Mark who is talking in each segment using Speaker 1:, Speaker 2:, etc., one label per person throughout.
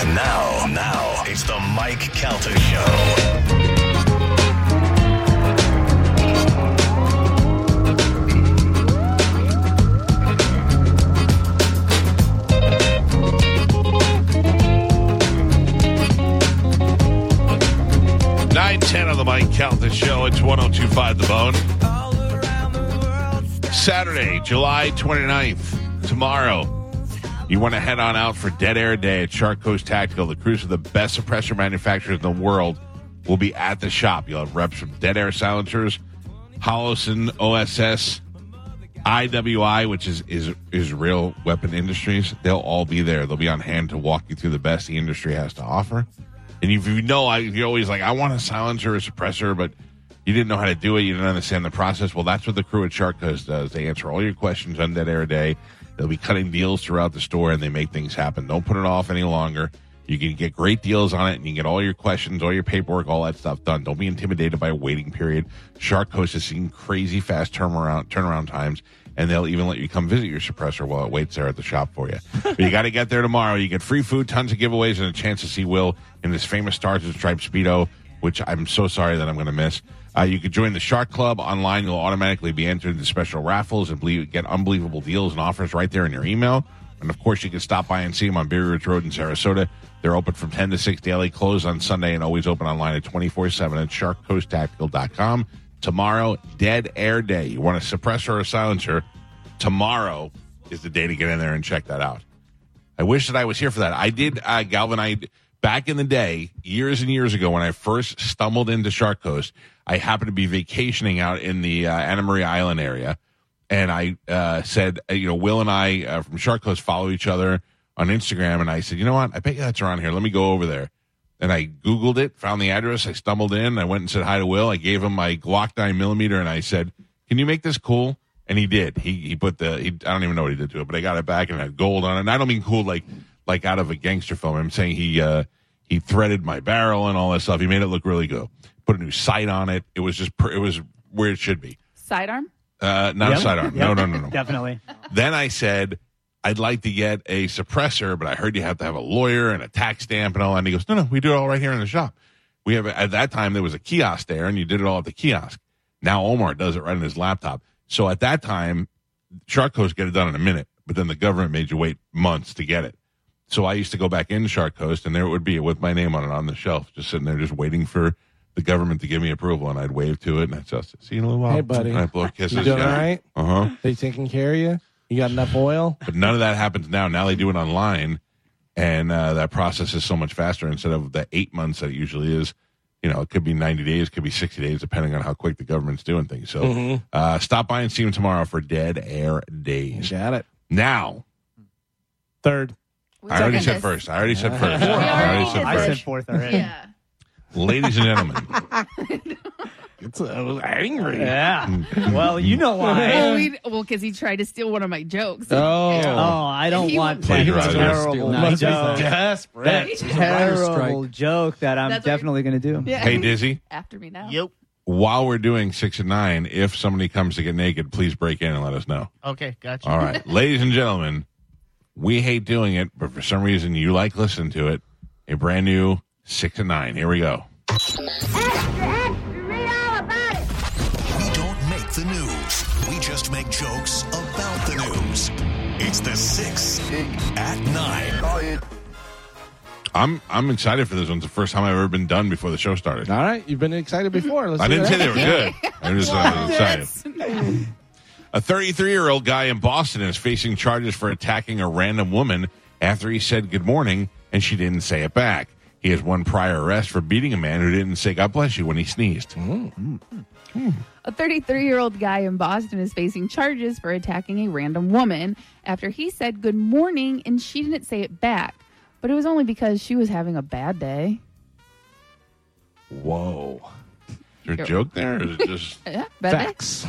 Speaker 1: And now, now, it's the Mike Calter Show.
Speaker 2: Nine ten on the Mike Calta Show. It's 1025 The Bone. Saturday, July 29th, tomorrow. You want to head on out for Dead Air Day at Shark Coast Tactical. The crews of the best suppressor manufacturers in the world will be at the shop. You'll have reps from Dead Air Silencers, Hollison OSS, IWI, which is, is Israel Weapon Industries, they'll all be there. They'll be on hand to walk you through the best the industry has to offer. And if you know, I, you're always like, I want a silencer or a suppressor, but you didn't know how to do it. You didn't understand the process. Well, that's what the crew at Shark Coast does. They answer all your questions on Dead Air Day. They'll be cutting deals throughout the store and they make things happen. Don't put it off any longer. You can get great deals on it and you can get all your questions, all your paperwork, all that stuff done. Don't be intimidated by a waiting period. Shark Coast has seen crazy fast turnaround turnaround times, and they'll even let you come visit your suppressor while it waits there at the shop for you. but you got to get there tomorrow. You get free food, tons of giveaways, and a chance to see Will in his famous Stars and Stripes Speedo, which I'm so sorry that I'm going to miss. Uh, you can join the Shark Club online. You'll automatically be entered into special raffles and believe, get unbelievable deals and offers right there in your email. And of course, you can stop by and see them on Berry Ridge Road in Sarasota. They're open from 10 to 6 daily, closed on Sunday, and always open online at 24 7 at sharkcoasttactical.com. Tomorrow, Dead Air Day. You want a suppressor or a silencer? Tomorrow is the day to get in there and check that out. I wish that I was here for that. I did, uh, Galvin, I, back in the day, years and years ago, when I first stumbled into Shark Coast, I happened to be vacationing out in the uh, Anna Maria Island area. And I uh, said, uh, you know, Will and I uh, from Shark Coast follow each other on Instagram. And I said, you know what? I bet you that's around here. Let me go over there. And I Googled it, found the address. I stumbled in. I went and said hi to Will. I gave him my Glock 9 millimeter and I said, can you make this cool? And he did. He he put the, he, I don't even know what he did to it, but I got it back and it had gold on it. And I don't mean cool like, like out of a gangster film. I'm saying he, uh, he threaded my barrel and all that stuff. He made it look really good. Put a new sight on it. It was just, per, it was where it should be.
Speaker 3: Sidearm?
Speaker 2: Uh, not a
Speaker 4: Yep.
Speaker 2: sidearm.
Speaker 4: Yep.
Speaker 2: No, no, no, no.
Speaker 4: Definitely.
Speaker 2: Then I said, I'd like to get a suppressor, but I heard you have to have a lawyer and a tax stamp and all that. And he goes, No, no, we do it all right here in the shop. We have at that time there was a kiosk there, and you did it all at the kiosk. Now Omar does it right on his laptop. So at that time, Shark Coast get it done in a minute, but then the government made you wait months to get it. So I used to go back into Shark Coast, and there it would be with my name on it on the shelf, just sitting there, just waiting for the government to give me approval. And I'd wave to it, and I'd just see you in a little while.
Speaker 5: Hey, buddy.
Speaker 2: And I'd blow kisses.
Speaker 5: You doing all right?
Speaker 2: Uh huh.
Speaker 5: They taking care of you? You got enough oil?
Speaker 2: But none of that happens now. Now they do it online, and uh, that process is so much faster. Instead of the eight months that it usually is, you know, it could be 90 days, could be 60 days, depending on how quick the government's doing things. So
Speaker 5: Mm-hmm.
Speaker 2: uh, stop by and see them tomorrow for Dead Air Days.
Speaker 5: Got it.
Speaker 2: Now,
Speaker 4: Third.
Speaker 3: We
Speaker 2: I already
Speaker 3: took
Speaker 2: said
Speaker 3: this.
Speaker 2: first. I already said
Speaker 5: Yeah.
Speaker 2: first.
Speaker 5: We
Speaker 2: I
Speaker 3: already
Speaker 2: already said
Speaker 3: did
Speaker 4: I
Speaker 2: first.
Speaker 4: said fourth already.
Speaker 3: Yeah.
Speaker 2: Ladies and gentlemen,
Speaker 5: It's uh, angry.
Speaker 4: Yeah. Well, you know why.
Speaker 3: Well, we, well, because he tried to steal one of my jokes.
Speaker 5: Oh.
Speaker 4: Oh, I don't
Speaker 3: He
Speaker 4: want
Speaker 3: won't-
Speaker 4: that
Speaker 2: Plagiarizing.
Speaker 4: terrible
Speaker 6: Nice.
Speaker 4: joke.
Speaker 5: desperate.
Speaker 4: That
Speaker 3: He's a
Speaker 6: writer's
Speaker 4: terrible
Speaker 6: strike.
Speaker 4: joke that I'm
Speaker 3: That's what
Speaker 4: definitely going to do.
Speaker 3: yeah.
Speaker 2: hey, Dizzy,
Speaker 3: After me now.
Speaker 7: Yep.
Speaker 2: while we're doing six and nine, if somebody comes to get naked, please break in and let us know.
Speaker 7: Okay, gotcha.
Speaker 2: All right. Ladies and gentlemen, we hate doing it, but for some reason you like listening to it. A brand new six to nine. Here we go.
Speaker 1: We don't make the news. We just make jokes about the news. It's the six at nine.
Speaker 2: I'm I'm excited for this one. It's the first time I've ever been done before the show started.
Speaker 5: All right. You've been excited before. Let's
Speaker 2: I
Speaker 5: do
Speaker 2: didn't say
Speaker 5: that.
Speaker 2: they were good. I just I was excited.
Speaker 3: That's-
Speaker 2: A 33 year old guy in Boston is facing charges for attacking a random woman after he said good morning and she didn't say it back. He has one prior arrest for beating a man who didn't say God bless you when he sneezed.
Speaker 3: A 33 year old guy in Boston is facing charges for attacking a random woman after he said good morning and she didn't say it back. But it was only because she was having a bad day.
Speaker 5: Whoa.
Speaker 2: Is there a joke there? Or is it just
Speaker 3: Yeah, bad day.
Speaker 5: Facts.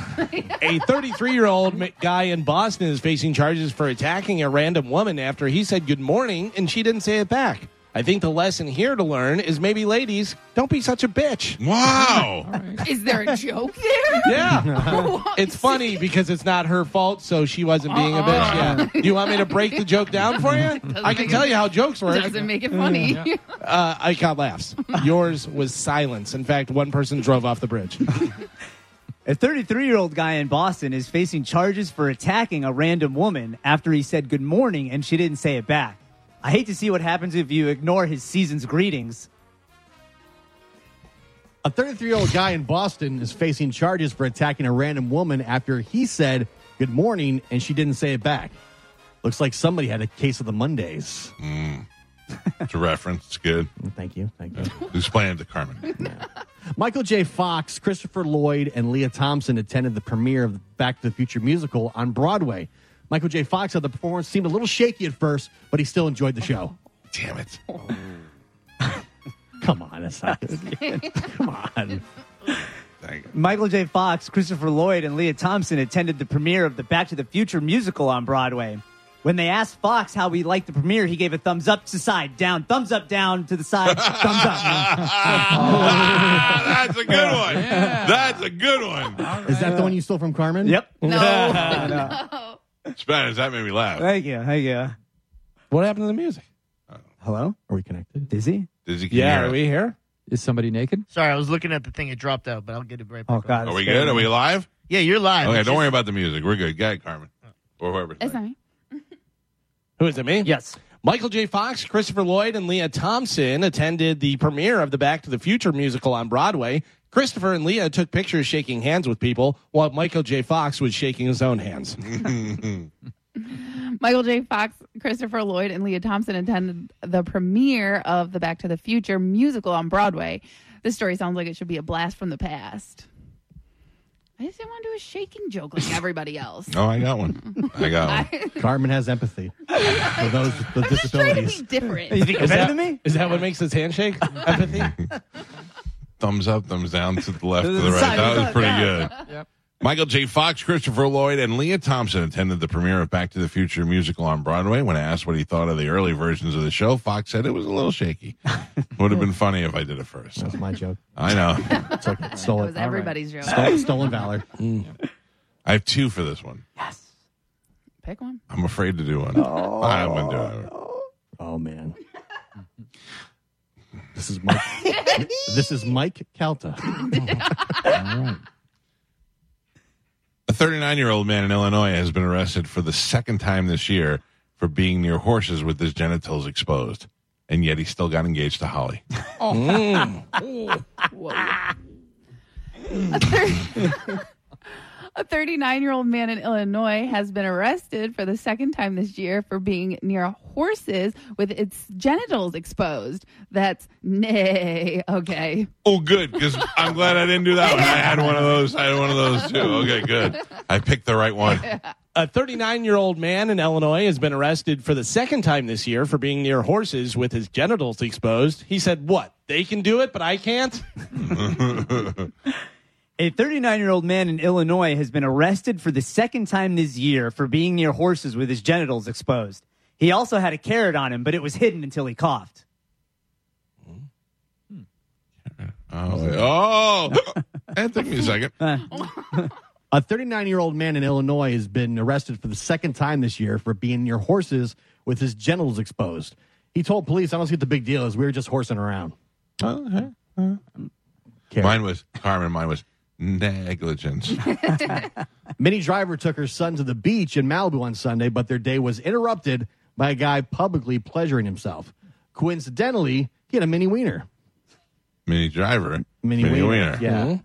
Speaker 5: a 33 year old guy in Boston is facing charges for attacking a random woman after he said good morning and she didn't say it back. I think the lesson here to learn is maybe, ladies, don't be such a bitch.
Speaker 2: wow?
Speaker 3: Is there a joke there?
Speaker 5: Yeah. it's funny because it's not her fault, so she wasn't being a bitch. Yeah. You want me to break the joke down for you? I can
Speaker 3: Uh-uh. make
Speaker 5: tell
Speaker 3: it-
Speaker 5: you how jokes work.
Speaker 3: Doesn't make it funny.
Speaker 5: Uh, I got laughs. Yours was silence. In fact, one person drove off the bridge.
Speaker 4: A 33 year old guy in Boston is facing charges for attacking a random woman after he said good morning and she didn't say it back. I hate to see what happens if you ignore his season's greetings.
Speaker 6: A 33 year old guy in Boston is facing charges for attacking a random woman after he said good morning and she didn't say it back. Looks like somebody had a case of the Mondays.
Speaker 2: It's a reference. It's good.
Speaker 6: Thank you. Thank you.
Speaker 2: Who's playing the Carmen?
Speaker 6: Michael J. Fox, Christopher Lloyd, and Leah Thompson attended the premiere of the Back to the Future musical on Broadway. Michael J. Fox said the performance seemed a little shaky at first, but he still enjoyed the show.
Speaker 2: Damn it!
Speaker 6: Come on, that's not good. Come on.
Speaker 2: Dang it.
Speaker 4: Michael J. Fox, Christopher Lloyd, and Leah Thompson attended the premiere of the Back to the Future musical on Broadway. When they asked Fox how he liked the premiere, he gave a thumbs up to side, down, thumbs up, down, to the side, thumbs up.
Speaker 2: Ah, that's a good one. That's a good one.
Speaker 6: Is that the one you stole from Carmen?
Speaker 4: Yep.
Speaker 3: No.
Speaker 2: Spanish. That made me laugh.
Speaker 4: Thank you. Thank you.
Speaker 5: what happened to the music?
Speaker 4: Hello?
Speaker 6: Are we connected?
Speaker 4: Dizzy?
Speaker 2: Dizzy, can
Speaker 5: Yeah,
Speaker 2: you hear
Speaker 5: are we
Speaker 2: us?
Speaker 5: here?
Speaker 7: Is somebody naked?
Speaker 8: Sorry, I was looking at the thing. It dropped out, but I'll get it right back.
Speaker 4: Oh, God.
Speaker 2: Are we
Speaker 4: it's
Speaker 2: good? Are we live?
Speaker 8: Yeah, you're live.
Speaker 6: Oh,
Speaker 2: Okay,
Speaker 8: It's
Speaker 2: don't worry
Speaker 8: just-
Speaker 2: about the music. We're good. Got it, Carmen. Or whoever.
Speaker 3: It's not me.
Speaker 5: Who is it, me?
Speaker 4: Yes.
Speaker 5: Michael J. Fox, Christopher Lloyd, and Leah Thompson attended the premiere of the Back to the Future musical on Broadway. Christopher and Leah took pictures shaking hands with people while Michael J. Fox was shaking his own hands.
Speaker 3: Michael J. Fox, Christopher Lloyd, and Leah Thompson attended the premiere of the Back to the Future musical on Broadway. This story sounds like it should be a blast from the past. I just didn't want to do a shaking joke like everybody else.
Speaker 2: Oh, I got one. I got one.
Speaker 6: Carmen has empathy for those with
Speaker 3: Just try to
Speaker 6: disabilities.
Speaker 3: be different.
Speaker 4: You think you're better than me?
Speaker 5: Is that what makes his handshake? Empathy?
Speaker 2: thumbs up, thumbs down, to the left, to the
Speaker 4: Thumbs
Speaker 2: right.
Speaker 4: up,
Speaker 2: That was
Speaker 4: thumbs
Speaker 2: pretty good.
Speaker 4: up.
Speaker 2: Michael J. Fox, Christopher Lloyd, and Leah Thompson attended the premiere of Back to the Future musical on Broadway. When asked what he thought of the early versions of the show, Fox said it was a little shaky. Would have been funny if I did it first.
Speaker 6: That's my joke.
Speaker 2: I know.
Speaker 6: It's okay. Stole
Speaker 3: That
Speaker 6: it.
Speaker 3: was everybody's joke.
Speaker 6: Stole- Stolen valor.
Speaker 2: I have two for this one.
Speaker 3: Pick one.
Speaker 2: I'm afraid to do one. I'm going to do it.
Speaker 6: Oh man. This is Mike. this is Mike Calta.
Speaker 2: A 39 year old man in Illinois has been arrested for the second time this year for being near horses with his genitals exposed. And yet he still got engaged to Holly.
Speaker 3: A 39 year old man in Illinois has been arrested for the second time this year for being near horses with its genitals exposed. That's nay. Okay.
Speaker 2: Oh, good, because I'm glad I didn't do that one. I had one of those. I had one of those too. Okay, good. I picked the right one.
Speaker 5: A 39 year old man in Illinois has been arrested for the second time this year for being near horses with his genitals exposed. He said, What? They can do it, but I can't?
Speaker 4: A 39 year old man in Illinois has been arrested for the second time this year for being near horses with his genitals exposed. He also had a carrot on him, but it was hidden until he coughed.
Speaker 2: Oh, oh. that took me a second.
Speaker 6: A 39 year old man in Illinois has been arrested for the second time this year for being near horses with his genitals exposed. He told police, "I don't see what the big deal is. We were just horsing around." Carrot.
Speaker 2: Mine was Carmen. Mine was negligence.
Speaker 6: Minnie Driver took her son to the beach in Malibu on Sunday, but their day was interrupted by a guy publicly pleasuring himself. Coincidentally, he had a mini wiener.
Speaker 2: Mini driver.
Speaker 6: Mini,
Speaker 2: wiener.
Speaker 6: Yeah.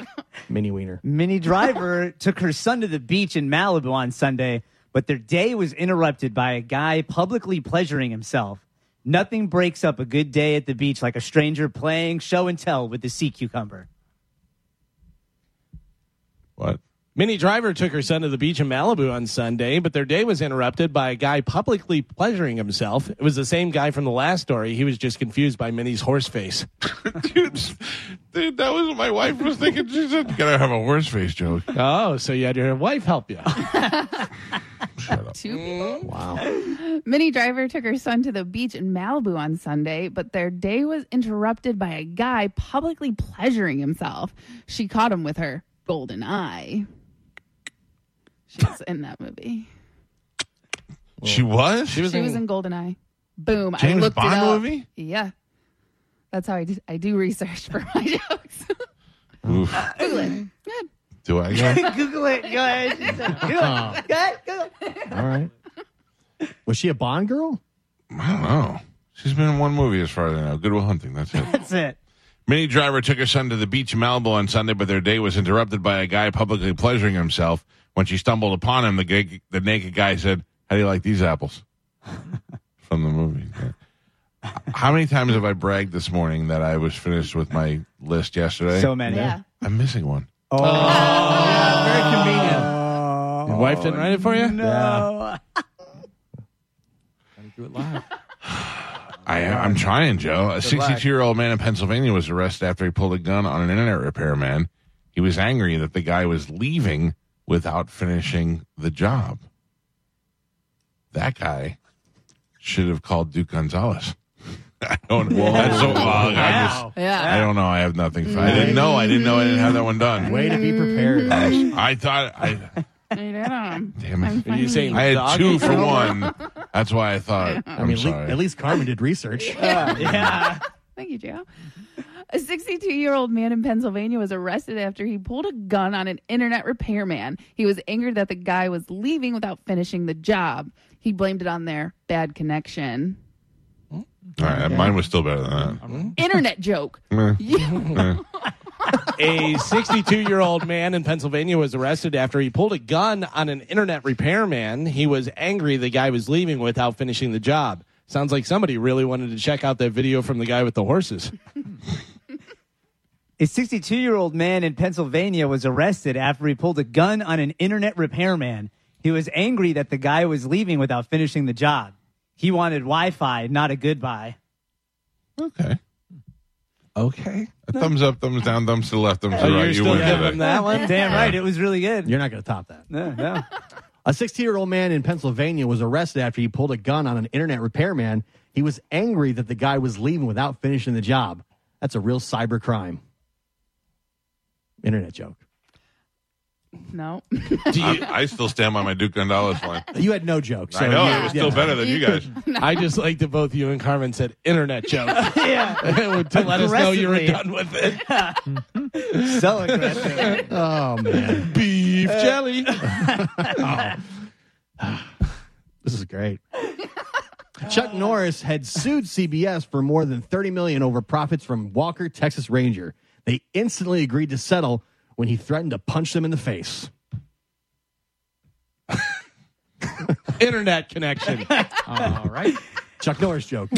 Speaker 6: mini wiener.
Speaker 4: Minnie Driver took her son to the beach in Malibu on Sunday, but their day was interrupted by a guy publicly pleasuring himself. Nothing breaks up a good day at the beach like a stranger playing show and tell with the sea cucumber.
Speaker 2: What?
Speaker 5: Minnie Driver took her son to the beach in Malibu on Sunday, but their day was interrupted by a guy publicly pleasuring himself. It was the same guy from the last story. He was just confused by Minnie's horse face.
Speaker 2: dude, dude, that was what my wife was thinking. She said, "Gotta have a horse face joke."
Speaker 5: Oh, so you had your wife help you.
Speaker 3: Two people. Wow. Minnie Driver took her son to the beach in Malibu on Sunday, but their day was interrupted by a guy publicly pleasuring himself. She caught him with her golden eye. She's in that movie.
Speaker 2: She was.
Speaker 5: She was,
Speaker 3: She
Speaker 5: in,
Speaker 3: was in Golden Eye. Boom. I
Speaker 2: James
Speaker 3: looked
Speaker 2: Bond
Speaker 3: it up.
Speaker 2: movie?
Speaker 3: Yeah. That's how I do, I do research for my jokes.
Speaker 2: Oof.
Speaker 3: Google it. Good.
Speaker 2: Do I? Go?
Speaker 4: Google it. Go ahead. Just, uh, Google it. Go ahead. Google it.
Speaker 6: All right. Was she a Bond girl?
Speaker 2: I don't know. She's been in one movie as far as I know. Goodwill Hunting. That's it.
Speaker 4: That's it.
Speaker 2: Mini driver took her son to the beach in Malibu on Sunday, but their day was interrupted by a guy publicly pleasuring himself. When she stumbled upon him, the, gay, the naked guy said, How do you like these apples? From the movie. Yeah. How many times have I bragged this morning that I was finished with my list yesterday?
Speaker 4: So many.
Speaker 3: Yeah.
Speaker 2: I'm missing one.
Speaker 4: Oh,
Speaker 5: very convenient.
Speaker 4: Oh,
Speaker 5: Your wife didn't write it for you?
Speaker 4: no.
Speaker 2: I, I'm trying, Joe. A 62 year old man in Pennsylvania was arrested after he pulled a gun on an internet repairman. He was angry that the guy was leaving without finishing the job. That guy should have called Duke Gonzalez. I don't know. That's so, well, I, just,
Speaker 3: Yeah.
Speaker 2: I don't know. I have nothing. I didn't know. I didn't know. I didn't have that one done.
Speaker 6: Way to be prepared.
Speaker 2: I thought I.
Speaker 3: I did, um,
Speaker 2: Damn it.
Speaker 5: Are you saying
Speaker 2: I had
Speaker 5: dog?
Speaker 2: two for one. That's why I thought. I'm
Speaker 6: I mean, le-
Speaker 2: sorry.
Speaker 6: at least Carmen did research.
Speaker 4: Yeah.
Speaker 3: Thank you, Joe. A 62 year old man in Pennsylvania was arrested after he pulled a gun on an internet repairman. He was angered that the guy was leaving without finishing the job. He blamed it on their bad connection.
Speaker 2: All right, mine was still better than that.
Speaker 3: Internet joke.
Speaker 5: A 62 year old man in Pennsylvania was arrested after he pulled a gun on an internet repairman. He was angry the guy was leaving without finishing the job. Sounds like somebody really wanted to check out that video from the guy with the horses.
Speaker 4: A 62 year old man in Pennsylvania was arrested after he pulled a gun on an internet repairman. He was angry that the guy was leaving without finishing the job. He wanted Wi Fi, not a goodbye.
Speaker 2: Okay.
Speaker 5: Okay.
Speaker 2: A thumbs up, thumbs down, thumbs to the left, thumbs to
Speaker 5: Oh,
Speaker 2: the right.
Speaker 5: you're
Speaker 2: You
Speaker 5: still
Speaker 2: win
Speaker 5: giving
Speaker 2: today.
Speaker 5: them that one?
Speaker 4: Damn right. It was really good.
Speaker 6: You're not going to top that.
Speaker 4: No, no.
Speaker 6: A 60 year old man in Pennsylvania was arrested after he pulled a gun on an internet repairman. He was angry that the guy was leaving without finishing the job. That's a real cyber crime. Internet joke.
Speaker 3: No.
Speaker 2: Do you- I, I still stand by my Duke Gonzalez line.
Speaker 6: You had no joke. So
Speaker 2: I know
Speaker 6: yeah.
Speaker 2: it was still better than you guys.
Speaker 5: I just like that both you and Carmen said internet joke
Speaker 4: Yeah.
Speaker 5: to let us know you were done
Speaker 4: Aggressively.
Speaker 5: with it.
Speaker 4: so aggressive.
Speaker 6: Oh, man.
Speaker 5: Beef jelly.
Speaker 6: This is great. Chuck Norris had sued CBS for more than 30 million over profits from Walker Texas Ranger. They instantly agreed to settle when he threatened to punch them in the face.
Speaker 5: Internet connection.
Speaker 6: All right. Chuck Norris joke.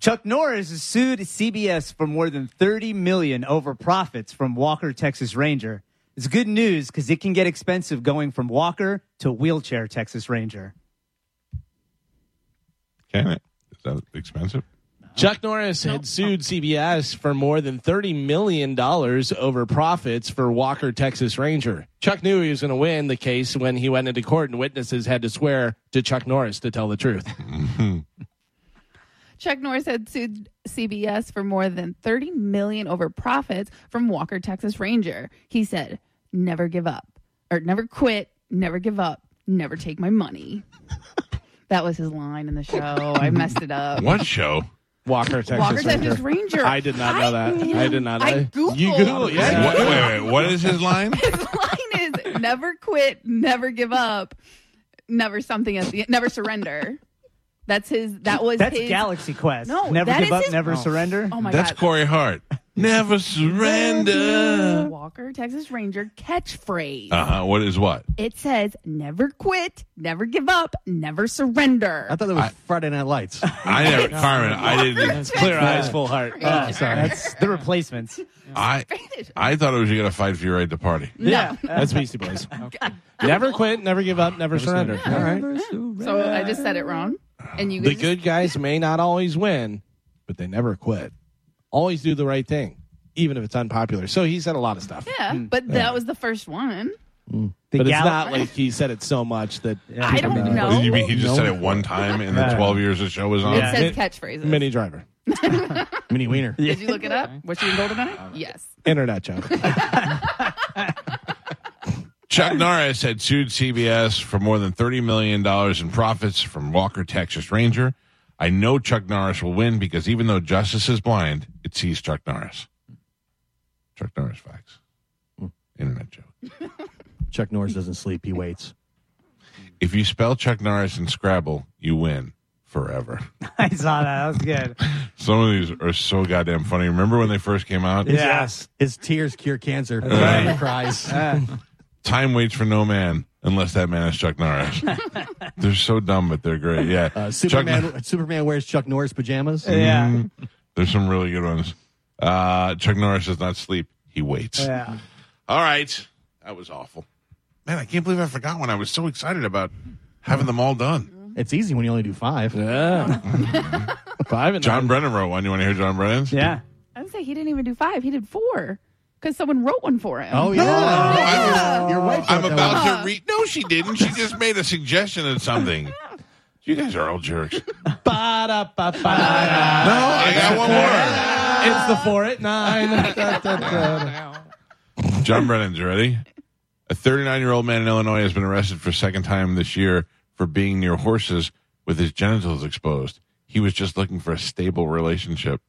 Speaker 4: Chuck Norris has sued CBS for more than 30 million over profits from Walker Texas Ranger. It's good news because it can get expensive going from Walker to wheelchair Texas Ranger.
Speaker 2: Can it? Is that expensive?
Speaker 5: Chuck Norris had sued CBS for more than thirty million dollars over profits for Walker Texas Ranger. Chuck knew he was going to win the case when he went into court, and witnesses had to swear to Chuck Norris to tell the truth.
Speaker 3: Chuck Norris had sued CBS for more than 30 million over profits from Walker Texas Ranger. He said, "Never give up or never quit, never give up, never take my money." that was his line in the show. I messed it up.
Speaker 2: What show?
Speaker 5: Walker Texas
Speaker 3: Walker
Speaker 5: Ranger.
Speaker 3: Texas Ranger.
Speaker 5: I did not know that. I, did not. know
Speaker 3: I
Speaker 5: that.
Speaker 3: Googled.
Speaker 5: You Google, yeah.
Speaker 2: What, wait, wait, what is his line?
Speaker 3: His line is never quit, never give up, never something at the never surrender. That's his that was
Speaker 4: That's
Speaker 3: his
Speaker 4: Galaxy Quest.
Speaker 3: No,
Speaker 4: never
Speaker 3: that
Speaker 4: give
Speaker 3: is
Speaker 4: up,
Speaker 3: his-
Speaker 4: never surrender.
Speaker 3: Oh my
Speaker 2: That's
Speaker 3: god.
Speaker 2: Corey Hart. Never surrender.
Speaker 3: Walker, Texas Ranger catchphrase.
Speaker 2: Uh huh. What is what?
Speaker 3: It says, never quit, never give up, never surrender.
Speaker 6: I thought that was
Speaker 2: I-
Speaker 6: Friday Night Lights.
Speaker 2: I never, Carmen. I didn't.
Speaker 5: Clear eyes, full heart.
Speaker 4: Oh, sorry. That's the replacements.
Speaker 2: I I thought it was you gonna fight for your right to party.
Speaker 3: no.
Speaker 5: That's Beastie Boys. Never quit, never give up, never surrender. All right.
Speaker 3: So I just said it wrong. And you
Speaker 5: The
Speaker 3: guys-
Speaker 5: good guys may not always win, but they never quit. Always do the right thing, even if it's unpopular. So he said a lot of stuff.
Speaker 3: Yeah,
Speaker 6: Hmm.
Speaker 3: but that was the first one.
Speaker 4: The
Speaker 5: But it's
Speaker 4: gal-
Speaker 5: not like he said it so much that
Speaker 3: I don't know.
Speaker 2: You mean he just
Speaker 5: No.
Speaker 2: said it one time in the
Speaker 4: Yeah.
Speaker 2: twelve years the show was on?
Speaker 3: It says
Speaker 5: It-
Speaker 3: catchphrases.
Speaker 5: mini driver,
Speaker 6: Mini Wiener.
Speaker 3: Did you look it up? Was she in Golden Eye? Yes.
Speaker 5: internet joke.
Speaker 2: Chuck Norris had sued CBS for more than $30 million in profits from Walker, Texas Ranger. I know Chuck Norris will win because even though justice is blind, it sees Chuck Norris. Chuck Norris facts.
Speaker 6: Hmm.
Speaker 2: Internet joke.
Speaker 6: Chuck Norris doesn't sleep. He waits.
Speaker 2: If you spell Chuck Norris in Scrabble, you win forever.
Speaker 4: I saw that. That was good.
Speaker 2: Some of these are so goddamn funny. Remember when they first came out?
Speaker 4: Yes.
Speaker 6: His tears cure cancer.
Speaker 2: right. Uh,
Speaker 6: He cries.
Speaker 2: Time waits for no man unless that man is Chuck Norris. they're so dumb, but they're great. Yeah.
Speaker 6: Uh,
Speaker 2: Chuck Nor- Uh,
Speaker 6: Superman. Superman wears Chuck Norris pajamas.
Speaker 4: Yeah.
Speaker 2: There's some really good ones. Uh, Chuck Norris does not sleep. He waits.
Speaker 4: Yeah.
Speaker 2: All right. That was awful. Man, I can't believe I forgot one. I was so excited about having them all done.
Speaker 6: It's easy when you only do five.
Speaker 5: Yeah. Five and
Speaker 2: John
Speaker 5: nine.
Speaker 2: Brennan wrote one. You want to hear John Brennan's?
Speaker 4: Yeah.
Speaker 3: I would say he didn't even do five. He did four because someone wrote one for him.
Speaker 6: Oh yeah.
Speaker 2: I-
Speaker 6: Your wife.
Speaker 2: I'm
Speaker 6: wrote that one.
Speaker 2: about to read. No, she didn't. She just made a suggestion of something. You guys are all jerks.
Speaker 5: Ba-da-ba-ba-da.
Speaker 2: No, Oh, I got one more.
Speaker 5: It's the four at nine. Da, da, da.
Speaker 2: John Brennan's ready. A 39 year old man in Illinois has been arrested for a second time this year for being near horses with his genitals exposed. He was just looking for a stable relationship.